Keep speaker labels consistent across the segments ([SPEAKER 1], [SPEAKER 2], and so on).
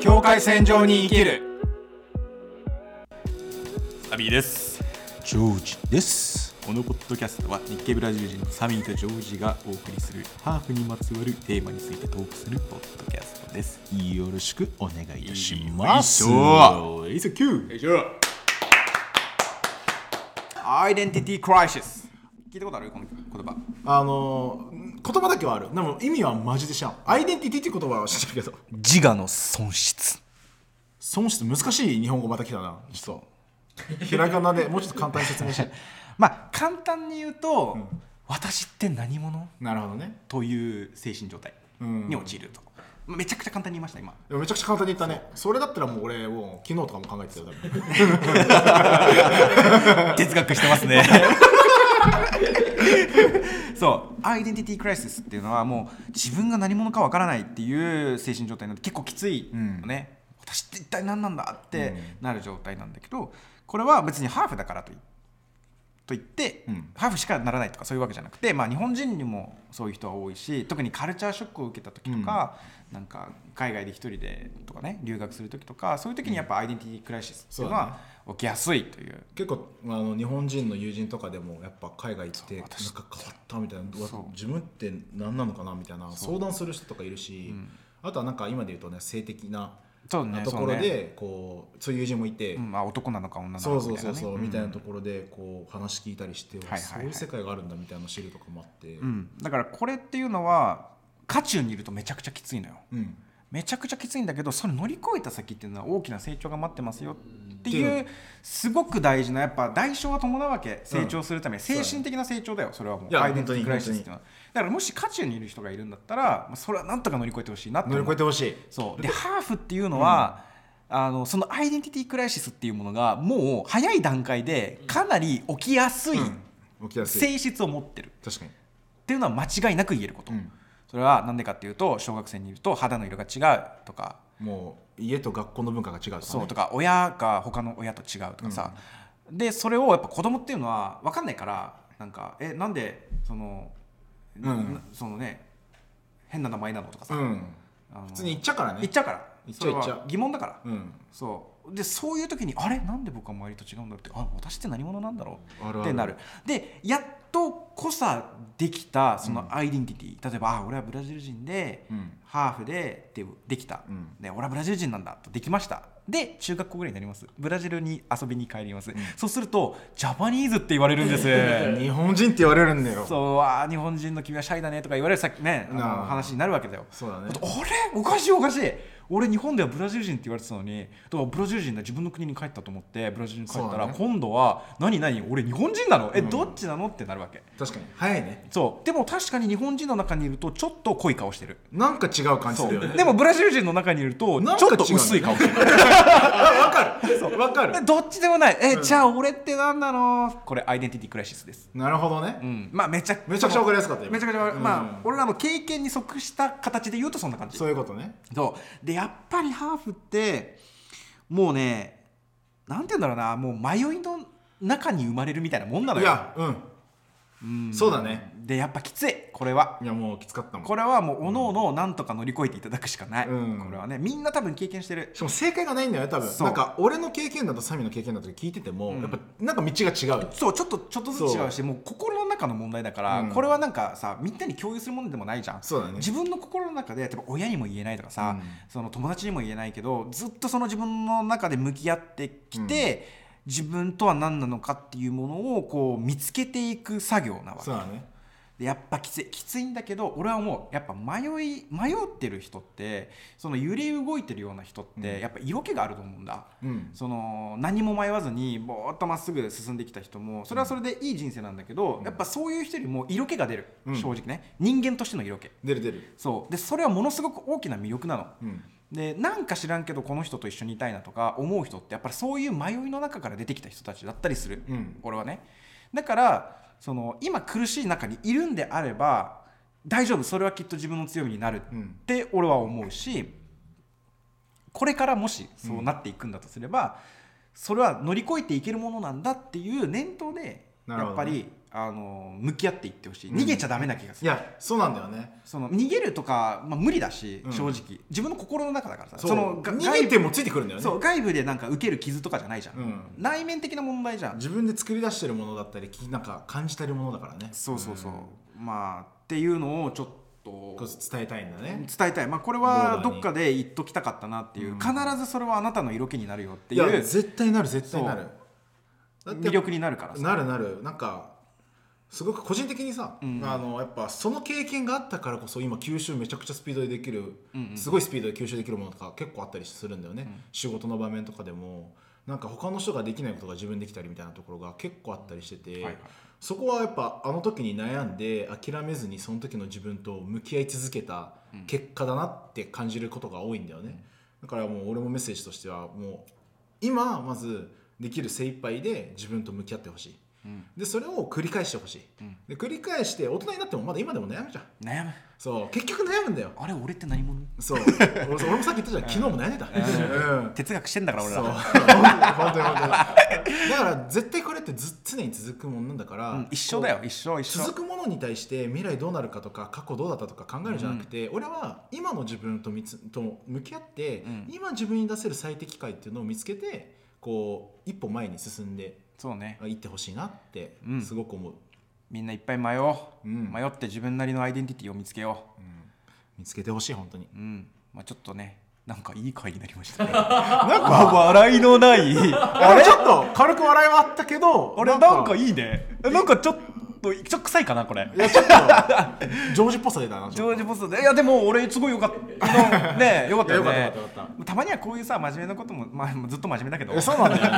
[SPEAKER 1] 境界線上に生きる
[SPEAKER 2] アビーです
[SPEAKER 3] ジョージです。
[SPEAKER 2] このポッドキャストは日系ブラジル人のサミーとジョージがお送りするハーフにまつわるテーマについてトークするポッドキャストです
[SPEAKER 3] よろしくお願いいたします。
[SPEAKER 2] よいしょいよいしょアイデンティティクライシス聞いたことあるこの言葉
[SPEAKER 4] あのー言葉だけはあるでも意味はマジで知らんアイデンティティっていう言葉は知ってるけど
[SPEAKER 3] 自我の損失。
[SPEAKER 4] 損失難しい日本語また来たな実 はひらがなでもうちょっと簡単に説明して
[SPEAKER 3] まあ簡単に言うと、私って何者
[SPEAKER 4] なるほどね
[SPEAKER 2] という精神状態に陥ると、まあめちゃくちゃ簡単に言いました今
[SPEAKER 4] でもめちゃくちゃ簡単に言ったねそれだったらもう俺もう昨日とかも考えてたよ多分
[SPEAKER 2] 哲学してますねそうアイデンティティクライシスっていうのはもう自分が何者かわからないっていう精神状態なんで結構きついのね、私って一体何なんだってなる状態なんだけどこれは別にハーフだからといと言って、ハーフしかならないとかそういうわけじゃなくて、まあ、日本人にもそういう人は多いし特にカルチャーショックを受けた時とか,、なんか海外で一人でとかね留学する時とかそういう時にやっぱアイデンティティクライシスっていうの
[SPEAKER 4] そう
[SPEAKER 2] は起きやすいという
[SPEAKER 4] 結構あの日本人の友人とかでもやっぱ海外行ってなんか
[SPEAKER 2] 私
[SPEAKER 4] 変わったみたいなうわ
[SPEAKER 2] そう
[SPEAKER 4] 自分って何なのかなみたいな相談する人とかいるし、あとはなんか今で言うとね性的な
[SPEAKER 2] そうね
[SPEAKER 4] ところ
[SPEAKER 2] そう
[SPEAKER 4] で
[SPEAKER 2] ね
[SPEAKER 4] こうそういう友人もいて、
[SPEAKER 2] うんまあ、男なのか女なのか
[SPEAKER 4] そうそう
[SPEAKER 2] みたいな
[SPEAKER 4] そう
[SPEAKER 2] ね
[SPEAKER 4] そうみたいなところでこう話聞いたりして、
[SPEAKER 2] はいはい
[SPEAKER 4] そういう世界があるんだみたいなの知るとかもあって、
[SPEAKER 2] うんうんだからこれっていうのは渦中にいるとめちゃくちゃきついのよ
[SPEAKER 4] うん
[SPEAKER 2] めちゃくちゃきついんだけどそれ乗り越えた先っていうのは大きな成長が待ってますよって
[SPEAKER 4] って
[SPEAKER 2] い
[SPEAKER 4] いう
[SPEAKER 2] すごく大事なやっぱ代償は伴うわけ成長するために
[SPEAKER 4] う
[SPEAKER 2] 精
[SPEAKER 4] だね
[SPEAKER 2] 神的な成長だよそれはも
[SPEAKER 4] いうや
[SPEAKER 2] アイデンティティクライシスっていう
[SPEAKER 4] 本当
[SPEAKER 2] のはだからもし渦中にいる人がいるんだったらまあそれはなんとか乗り越えてほしいなって
[SPEAKER 4] 乗り
[SPEAKER 2] 思
[SPEAKER 4] 越え
[SPEAKER 2] う
[SPEAKER 4] てほしい
[SPEAKER 2] そうでハーフっていうのは、あのそのアイデンティティクライシスっていうものがもう早い段階でかなり起きやすい
[SPEAKER 4] 起きやすい
[SPEAKER 2] 性質を持ってるっ
[SPEAKER 4] 確かに
[SPEAKER 2] ていうのは間違いなく言えること、
[SPEAKER 4] うん
[SPEAKER 2] それは何でかっていうと小学生にいると肌の色が違うとか
[SPEAKER 4] もう家と学校の文化が違うとか、ね、
[SPEAKER 2] そうとか親が他の親と違うとかさ、でそれをやっぱ子供っていうのは分かんないからなんかえなんでその、な
[SPEAKER 4] うん
[SPEAKER 2] なそのね変な名前なのとかさ、
[SPEAKER 4] うん
[SPEAKER 2] あの
[SPEAKER 4] 普通に行っちゃうからね
[SPEAKER 2] 言っちゃうから
[SPEAKER 4] 言っち
[SPEAKER 2] そ
[SPEAKER 4] ゃう
[SPEAKER 2] れは
[SPEAKER 4] 言っちゃう
[SPEAKER 2] 疑問だから、
[SPEAKER 4] うん
[SPEAKER 2] そうでそういう時にあれなんで僕は周りと違うんだろうってあ私って何者なんだろう
[SPEAKER 4] あるある
[SPEAKER 2] ってなるでやっとこさできたそのアイデンティティ、例えばあ俺はブラジル人で、
[SPEAKER 4] うん
[SPEAKER 2] ハーフでってできた、
[SPEAKER 4] うん
[SPEAKER 2] で俺はブラジル人なんだとできましたで中学校ぐらいになりますブラジルに遊びに帰ります、そうするとジャパニーズって言われるんです
[SPEAKER 4] 日本人って言われるんだよ
[SPEAKER 2] そうあー日本人の君はシャイだねとか言われるさっきねあの
[SPEAKER 4] なあ
[SPEAKER 2] 話になるわけだよ
[SPEAKER 4] そうだね
[SPEAKER 2] あとあれおかしいおかしい俺日本ではブラジル人って言われてたのにだからブラジル人だ自分の国に帰ったと思ってブラジルに帰った
[SPEAKER 4] そう
[SPEAKER 2] ら、
[SPEAKER 4] だね
[SPEAKER 2] 今度は何何俺日本人なのえ、どっちなのってなるわけ
[SPEAKER 4] 確かに早いね
[SPEAKER 2] そうでも確かに日本人の中にいるとちょっと濃い顔してる
[SPEAKER 4] なんか違う感じするよね
[SPEAKER 2] でもブラジル人の中にいると
[SPEAKER 4] なん
[SPEAKER 2] ち
[SPEAKER 4] か違う
[SPEAKER 2] ょっ
[SPEAKER 4] ね
[SPEAKER 2] と薄い顔 してる
[SPEAKER 4] わかるわかる
[SPEAKER 2] どっちでもないえ、じゃあ俺って何なのこれアイデンティティクライシスです
[SPEAKER 4] なるほどね、
[SPEAKER 2] うんまあめちゃ
[SPEAKER 4] めちゃくちゃ分かりやすかった今
[SPEAKER 2] めちゃくちゃわかる、
[SPEAKER 4] うん
[SPEAKER 2] まあ俺らの経験に即した形で言うとそんな感じ
[SPEAKER 4] そういうことね
[SPEAKER 2] そうでやっぱりハーフってもうねなんて言うんだろうなもう迷いの中に生まれるみたいなもんなの
[SPEAKER 4] い
[SPEAKER 2] よ
[SPEAKER 4] やうん、そうだね
[SPEAKER 2] でやっぱきついこれはい
[SPEAKER 4] やもうきつかったもん
[SPEAKER 2] これはもうおのおのなんとか乗り越えていただくしかない、
[SPEAKER 4] うん
[SPEAKER 2] これはねみんな多分経験してる
[SPEAKER 4] しかも正解がないんだよね多分
[SPEAKER 2] そう
[SPEAKER 4] なんか俺の経験だとサミの経験だと聞いてても、やっぱなんか道が違う
[SPEAKER 2] そうちょっとちょっとずつ違うしもう心の中の問題だから、
[SPEAKER 4] うん
[SPEAKER 2] これはなんかさみんなに共有するものでもないじゃん
[SPEAKER 4] そうだね
[SPEAKER 2] 自分の心の中で例えば親にも言えないとかさ、
[SPEAKER 4] うん
[SPEAKER 2] その友達にも言えないけどずっとその自分の中で向き合ってきて、自分とは何なのかっていうものをこう見つけていく作業なわけ
[SPEAKER 4] そうだね
[SPEAKER 2] でやっぱきついきついんだけど俺はもうやっぱ迷い迷ってる人ってその揺れ動いてるような人ってやっぱ色気があると思うんだ。
[SPEAKER 4] うん
[SPEAKER 2] その何も迷わずにぼーっとまっすぐ進んできた人もそれはそれでいい人生なんだけど、やっぱそういう人よりも色気が出る、
[SPEAKER 4] うん
[SPEAKER 2] 正直ね人間としての色気
[SPEAKER 4] 出る出る
[SPEAKER 2] そうでそれはものすごく大きな魅力なの。
[SPEAKER 4] うん
[SPEAKER 2] でなんか知らんけどこの人と一緒にいたいなとか思う人ってやっぱりそういう迷いの中から出てきた人たちだったりする、
[SPEAKER 4] うん
[SPEAKER 2] 俺はねだからその今苦しい中にいるんであれば大丈夫それはきっと自分の強みになる
[SPEAKER 4] うん
[SPEAKER 2] って俺は思うしこれからもしそうなっていくんだとすれば、それは乗り越えていけるものなんだっていう念頭で
[SPEAKER 4] なる
[SPEAKER 2] や
[SPEAKER 4] ほ
[SPEAKER 2] っ
[SPEAKER 4] ど
[SPEAKER 2] ぱ
[SPEAKER 4] ね
[SPEAKER 2] りあの向き合っていってほしい逃げちゃダメな気がす
[SPEAKER 4] い
[SPEAKER 2] る、
[SPEAKER 4] やそうなんだよね
[SPEAKER 2] その逃げるとか、まあ、無理だし、
[SPEAKER 4] うん
[SPEAKER 2] 正直自分の心の中だからさ
[SPEAKER 4] そう
[SPEAKER 2] のが
[SPEAKER 4] 逃げてもついてくるんだよね
[SPEAKER 2] そう外部でなんか受ける傷とかじゃないじゃん、
[SPEAKER 4] うん
[SPEAKER 2] 内面的な問題じゃん
[SPEAKER 4] 自分で作り出してるものだったりきなんか感じてるものだからね
[SPEAKER 2] そうそうそう、まあっていうのをちょっと
[SPEAKER 4] こう伝えたいんだね
[SPEAKER 2] 伝えたい、まあ、これはどっかで言っときたかったなっていう、
[SPEAKER 4] うん
[SPEAKER 2] 必ずそれはあなたの色気になるよって
[SPEAKER 4] い
[SPEAKER 2] い
[SPEAKER 4] や
[SPEAKER 2] う
[SPEAKER 4] 絶対なる絶対なるだって
[SPEAKER 2] 魅力になるからさ
[SPEAKER 4] なるなるなんかすごく個人的にさ、
[SPEAKER 2] ん
[SPEAKER 4] あのやっぱその経験があったからこそ今吸収めちゃくちゃスピードでできる、
[SPEAKER 2] うんうん
[SPEAKER 4] すごいスピードで吸収できるものとか結構あったりするんだよね、
[SPEAKER 2] ん
[SPEAKER 4] 仕事の場面とかでもなんか他の人ができないことが自分できたりみたいなところが結構あったりしてて、
[SPEAKER 2] はいはい
[SPEAKER 4] そこはやっぱあの時に悩んで諦めずにその時の自分と向き合い続けた結果だなって感じることが多いんだよね、だからもう俺もメッセージとしてはもう今まずできる精一杯で自分と向き合ってほしい
[SPEAKER 2] うん
[SPEAKER 4] でそれを繰り返してほしい、
[SPEAKER 2] うん
[SPEAKER 4] で繰り返して大人になってもまだ今でも悩むじゃん
[SPEAKER 2] 悩む
[SPEAKER 4] そう結局悩むんだよ
[SPEAKER 2] あれ俺って何者
[SPEAKER 4] そう 俺俺もさっき言ったじゃん昨日も悩んでた、うん
[SPEAKER 2] 哲学してんだから俺
[SPEAKER 4] そう
[SPEAKER 2] ら、
[SPEAKER 4] 本当に本当にだから絶対これってず常に続くもんなんだから、
[SPEAKER 2] うん一緒だよ一緒一緒
[SPEAKER 4] 続くものに対して未来どうなるかとか過去どうだったとか考えるんじゃなくて、俺は今の自分とみつと向き合って、
[SPEAKER 2] ん
[SPEAKER 4] 今自分に出せる最適解っていうのを見つけてこう一歩前に進んで
[SPEAKER 2] そうね
[SPEAKER 4] いってほしいなって
[SPEAKER 2] うん
[SPEAKER 4] すごく思う、
[SPEAKER 2] みんないっぱい迷おう、
[SPEAKER 4] うん
[SPEAKER 2] 迷って自分なりのアイデンティティを見つけよ
[SPEAKER 4] 見つけてほしい本当に
[SPEAKER 2] う、うんまあ、ちょっとねなんかいい回になりましたね
[SPEAKER 4] なん
[SPEAKER 2] わ
[SPEAKER 4] か
[SPEAKER 2] 笑いのない
[SPEAKER 4] あれちょっと軽く笑いはあったけど
[SPEAKER 2] あれなんかいいねえなんかちょっとちょっと臭いかなこれ
[SPEAKER 4] いやちょっとジョージっぽさ出たな
[SPEAKER 2] ジ
[SPEAKER 4] ちょ
[SPEAKER 2] ョ
[SPEAKER 4] っ
[SPEAKER 2] ージ・ボスいやでも俺すごいよかった ねよかったよ
[SPEAKER 4] いや
[SPEAKER 2] ね
[SPEAKER 4] よかったよかっ
[SPEAKER 2] ま
[SPEAKER 4] た
[SPEAKER 2] あまにはこういうさ真面目なことも、まあ、ずっと真面目だけど
[SPEAKER 4] とえそうなんだよね、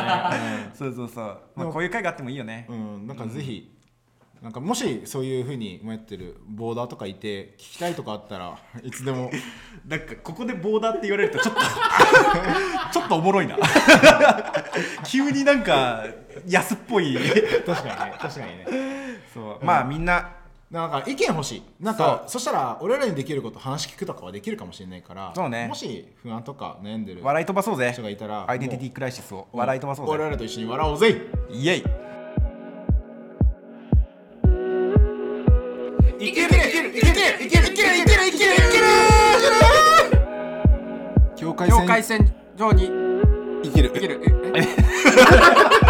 [SPEAKER 4] うん
[SPEAKER 2] そうそうそう、ま
[SPEAKER 4] で
[SPEAKER 2] あ、
[SPEAKER 4] も
[SPEAKER 2] こういう回があってもいいよね、
[SPEAKER 4] うん、なんかぜひ、なんかもしそういうふうに迷ってるボーダーとかいて聞きたいとかあったらいつでも
[SPEAKER 2] なんかここでボーダーって言われると ちょっとちょっとおもろいな 急になんか安っぽい
[SPEAKER 4] 確かにね確かにね
[SPEAKER 2] そう、まあみんな
[SPEAKER 4] なんか意見欲しいなんかそしたら俺らにできること話聞くとかはできるかもしれないから
[SPEAKER 2] そうね
[SPEAKER 4] もし不安とか悩んでる
[SPEAKER 2] 笑い飛ばそうぜ
[SPEAKER 4] 人がいたら
[SPEAKER 2] アイデンティテ
[SPEAKER 4] も
[SPEAKER 2] ィクライシスを
[SPEAKER 4] う
[SPEAKER 2] 笑い飛ばそう
[SPEAKER 4] 俺
[SPEAKER 2] ぜ
[SPEAKER 4] らと一緒に笑おうぜ
[SPEAKER 2] イエイ
[SPEAKER 4] いけるいけるいけるいけるいけるいけるいけるいけるいける境界
[SPEAKER 3] 境界
[SPEAKER 4] 線
[SPEAKER 3] 線上に
[SPEAKER 4] いける
[SPEAKER 3] 生きるええ